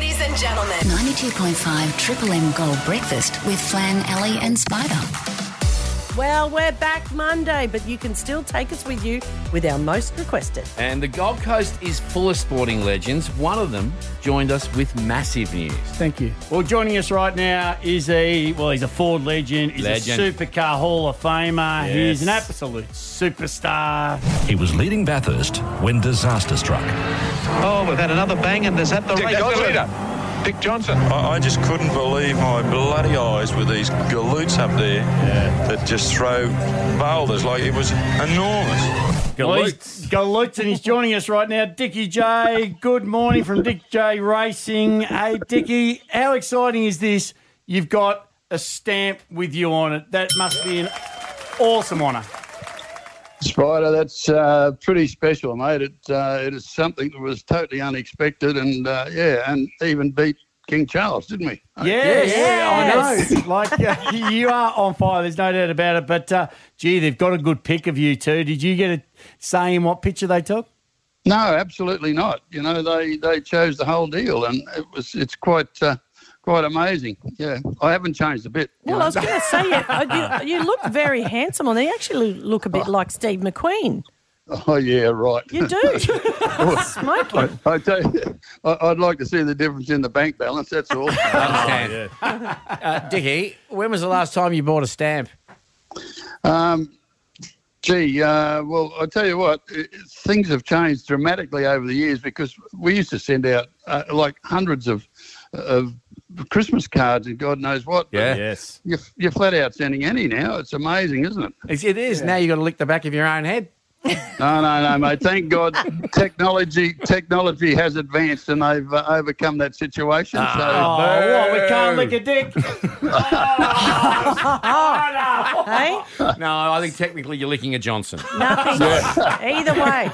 gentlemen. 92.5 Triple M Gold Breakfast with Flan, Ellie, and Spider. Well, we're back Monday, but you can still take us with you with our most requested. And the Gold Coast is full of sporting legends. One of them joined us with massive news. Thank you. Well, joining us right now is a well, he's a Ford legend. He's Legend. a supercar Hall of Famer. He's an Yes. absolute superstar. He was leading Bathurst when disaster struck. Oh, we've had another bang, and is that the Ray Johnson? Dick Johnson. I, I just couldn't believe my bloody eyes with these galoots up there that just throw boulders. Like it was enormous. Well, he's Galoots, and he's joining us right now, Dickie J. Good morning from Dick J Racing. Hey, Dickie, how exciting is this? You've got a stamp with you on it. That must be an awesome honour. Spider, that's uh, pretty special, mate. It uh, it is something that was totally unexpected, and uh, yeah, and even beat King Charles, didn't we? Uh, Yes, yeah, I know. like uh, you are on fire. There's no doubt about it. But uh, gee, they've got a good pic of you too. Did you get a say in what picture they took? No, absolutely not. You know, they they chose the whole deal, and it was it's quite. Uh, Quite amazing, yeah. I haven't changed a bit. you Well, I know. was going to say, yeah, you, you look very handsome on there. You actually look a bit like Steve McQueen. oh yeah, right. You do. Smoking. I tell you, I- I'd like to see the difference in the bank balance. That's all. Understand. Oh, uh, Dickie, when was the last time you bought a stamp? Um, gee, uh, well, I tell you what, i things have changed dramatically over the years because we used to send out uh, like hundreds of of Christmas cards and God knows what. but Yeah. Yes. You're, you're flat out sending any now. It's amazing, isn't it? It's- It is. Now you've got to lick the back of your own head. No, no, no, mate. Thank God, technology technology has advanced and they've uh, overcome that situation. Oh, So, what? We can't lick a dick. hey? No, I think technically you're licking a Johnson. Nothing. Either way.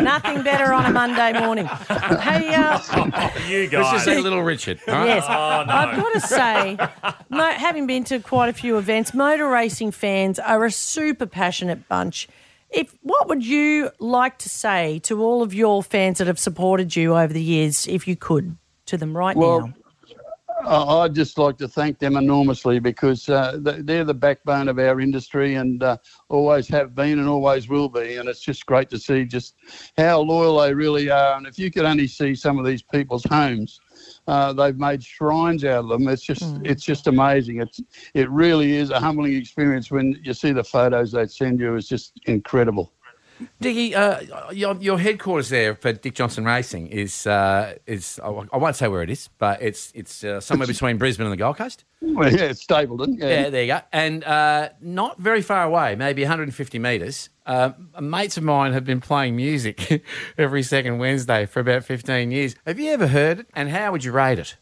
Nothing better on a Monday morning. Hey, uh, you Let's guys. just say Little Richard. all right? Yes, I've got to say, mo- having been to quite a few events, motor racing fans are a super passionate bunch. If what would you like to say to all of your fans that have supported you over the years, if you could, to them right now? well, I- I'd just like to thank them enormously because uh, th- they're the backbone of our industry and uh, always have been and always will be. And it's just great to see just how loyal they really are. And if you could only see some of these people's homes, uh, they've made shrines out of them. It's just Hmm. it's just amazing. It's it really is a humbling experience when you see the photos they send you. It's just incredible. Dickie, uh, your, your headquarters there for Dick Johnson Racing is uh, is I I won't say where it is, but it's it's uh, somewhere between Brisbane and the Gold Coast. Well, yeah, it's Stapleton. Yeah, there you go. And uh, not very far away, maybe 150 metres. Uh, mates of mine have been playing music every second Wednesday for about 15 years. Have you ever heard it? And how would you rate it?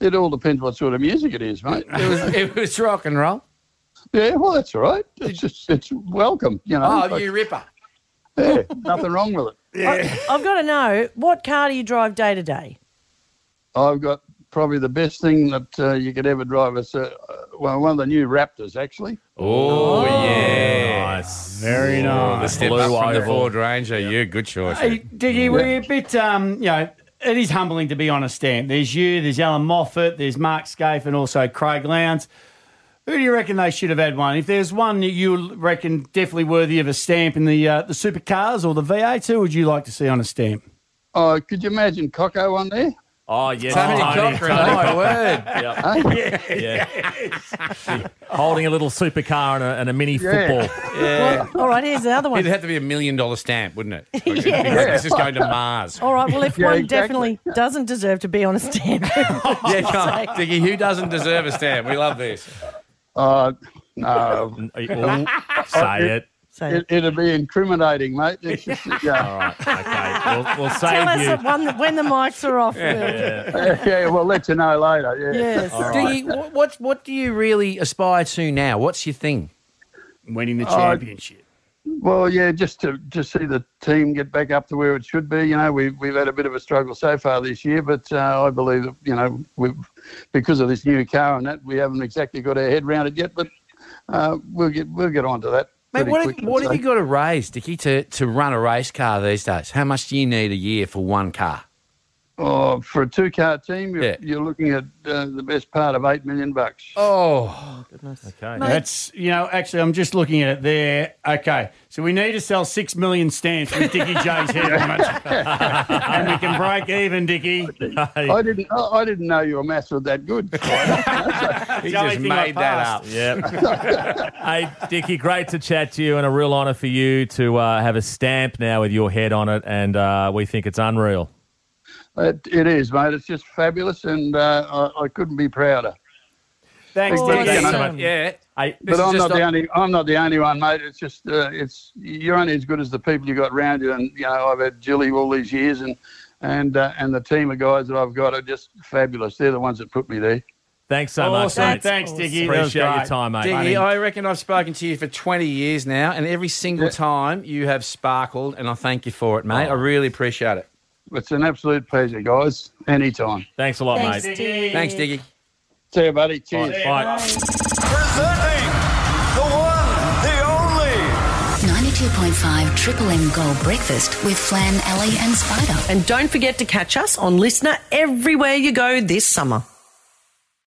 It all depends what sort of music it is, mate. It was, it was rock and roll. Yeah, well, that's all right. It's just it's welcome, you know. Oh, you ripper. yeah, nothing wrong with it. I, have got to know what car do you drive day to day? I've got probably the best thing that uh, you could ever drive is uh, well one of the new Raptors actually. Oh, yeah. Very The nice. step up from the Ford Ranger. Yeah, good choice. Hey, Diggy, we're a bit, um, you know, it is humbling to be on a stand. There's you, there's Alan Moffat, there's Mark Scaife, and also Craig Lowndes. Who do you reckon they should have had one? If there's one that you reckon definitely worthy of a stamp in the uh, the supercars or the V8, who would you like to see on a stamp? Oh, could you imagine Coco on there? Oh yes, Tony Tony. Cochran, my word. holding a little supercar and a, and a mini football. All right, here's the other one. It'd have to be a million dollar stamp, wouldn't it? This is going to Mars. All right, well, if Yeah, one exactly. definitely doesn't deserve to be on a stamp. Yeah, come on. Diggy, who doesn't deserve a stamp? We love this. Uh, no, Oh, say it. So it, it'd be incriminating, mate. It's just, yeah, All right, okay. We'll, we'll tell save us you. that when the, when the mics are off. Will. yeah. We'll let you know later. Yeah. Yes. Diggy, what, what what do you really aspire to now? What's your thing? Winning Oh, the championship. Well, yeah, just to just see the team get back up to where it should be. You know, we've we've had a bit of a struggle so far this year, but uh, I believe that you know we because of this new car and that we haven't exactly got our head round it yet, but uh, we'll get we'll get on to that. Mate, pretty what, have, quickly, what so. have you got to raise, Dickie, to, to run a race car these days? How much do you need a year for one car? oh, for a two-car team, you're, Yeah. you're looking at uh, the best part of eight million bucks. Oh, Okay. That's you know. Actually, I'm just looking at it there. Okay, so we need to sell six million stamps with Dickie J's head on it, and we can break even, Dickie. I didn't. I I didn't know your maths were that good. he the only just thing I made that passed. up. Yeah. hey, Dickie, great to chat to you, and a real honour for you to uh, have a stamp now with your head on it, and uh, we think it's unreal. it, it is, mate. It's just fabulous, and uh, I, I couldn't be prouder. Thanks, Oh, Dickie. that's Yeah, so mate. yeah. Hey, This But is I'm just not the a- only. I'm not the only one, mate. It's just. Uh, it's you're only as good as the people you got around you, and you know I've had Jilly all these years, and and uh, and the team of guys that I've got are just fabulous. They're the ones that put me there. thanks so much, awesome. mate. Thanks, Dickie. That was Appreciate your great. time, mate. Diggy, I reckon I've spoken to you for 20 years now, and every single time you have sparkled, and I thank you for it, mate. I really appreciate it. It's an absolute pleasure, guys. Anytime. Thanks a lot, Thanks, mate. Diggy. Thanks, Diggy. See you, buddy. Cheers. Bye. Presenting the one, the only. 92.5 Triple M Gold Breakfast with Flan, Ellie, and Spider. And don't forget to catch us on Listener everywhere you go this summer.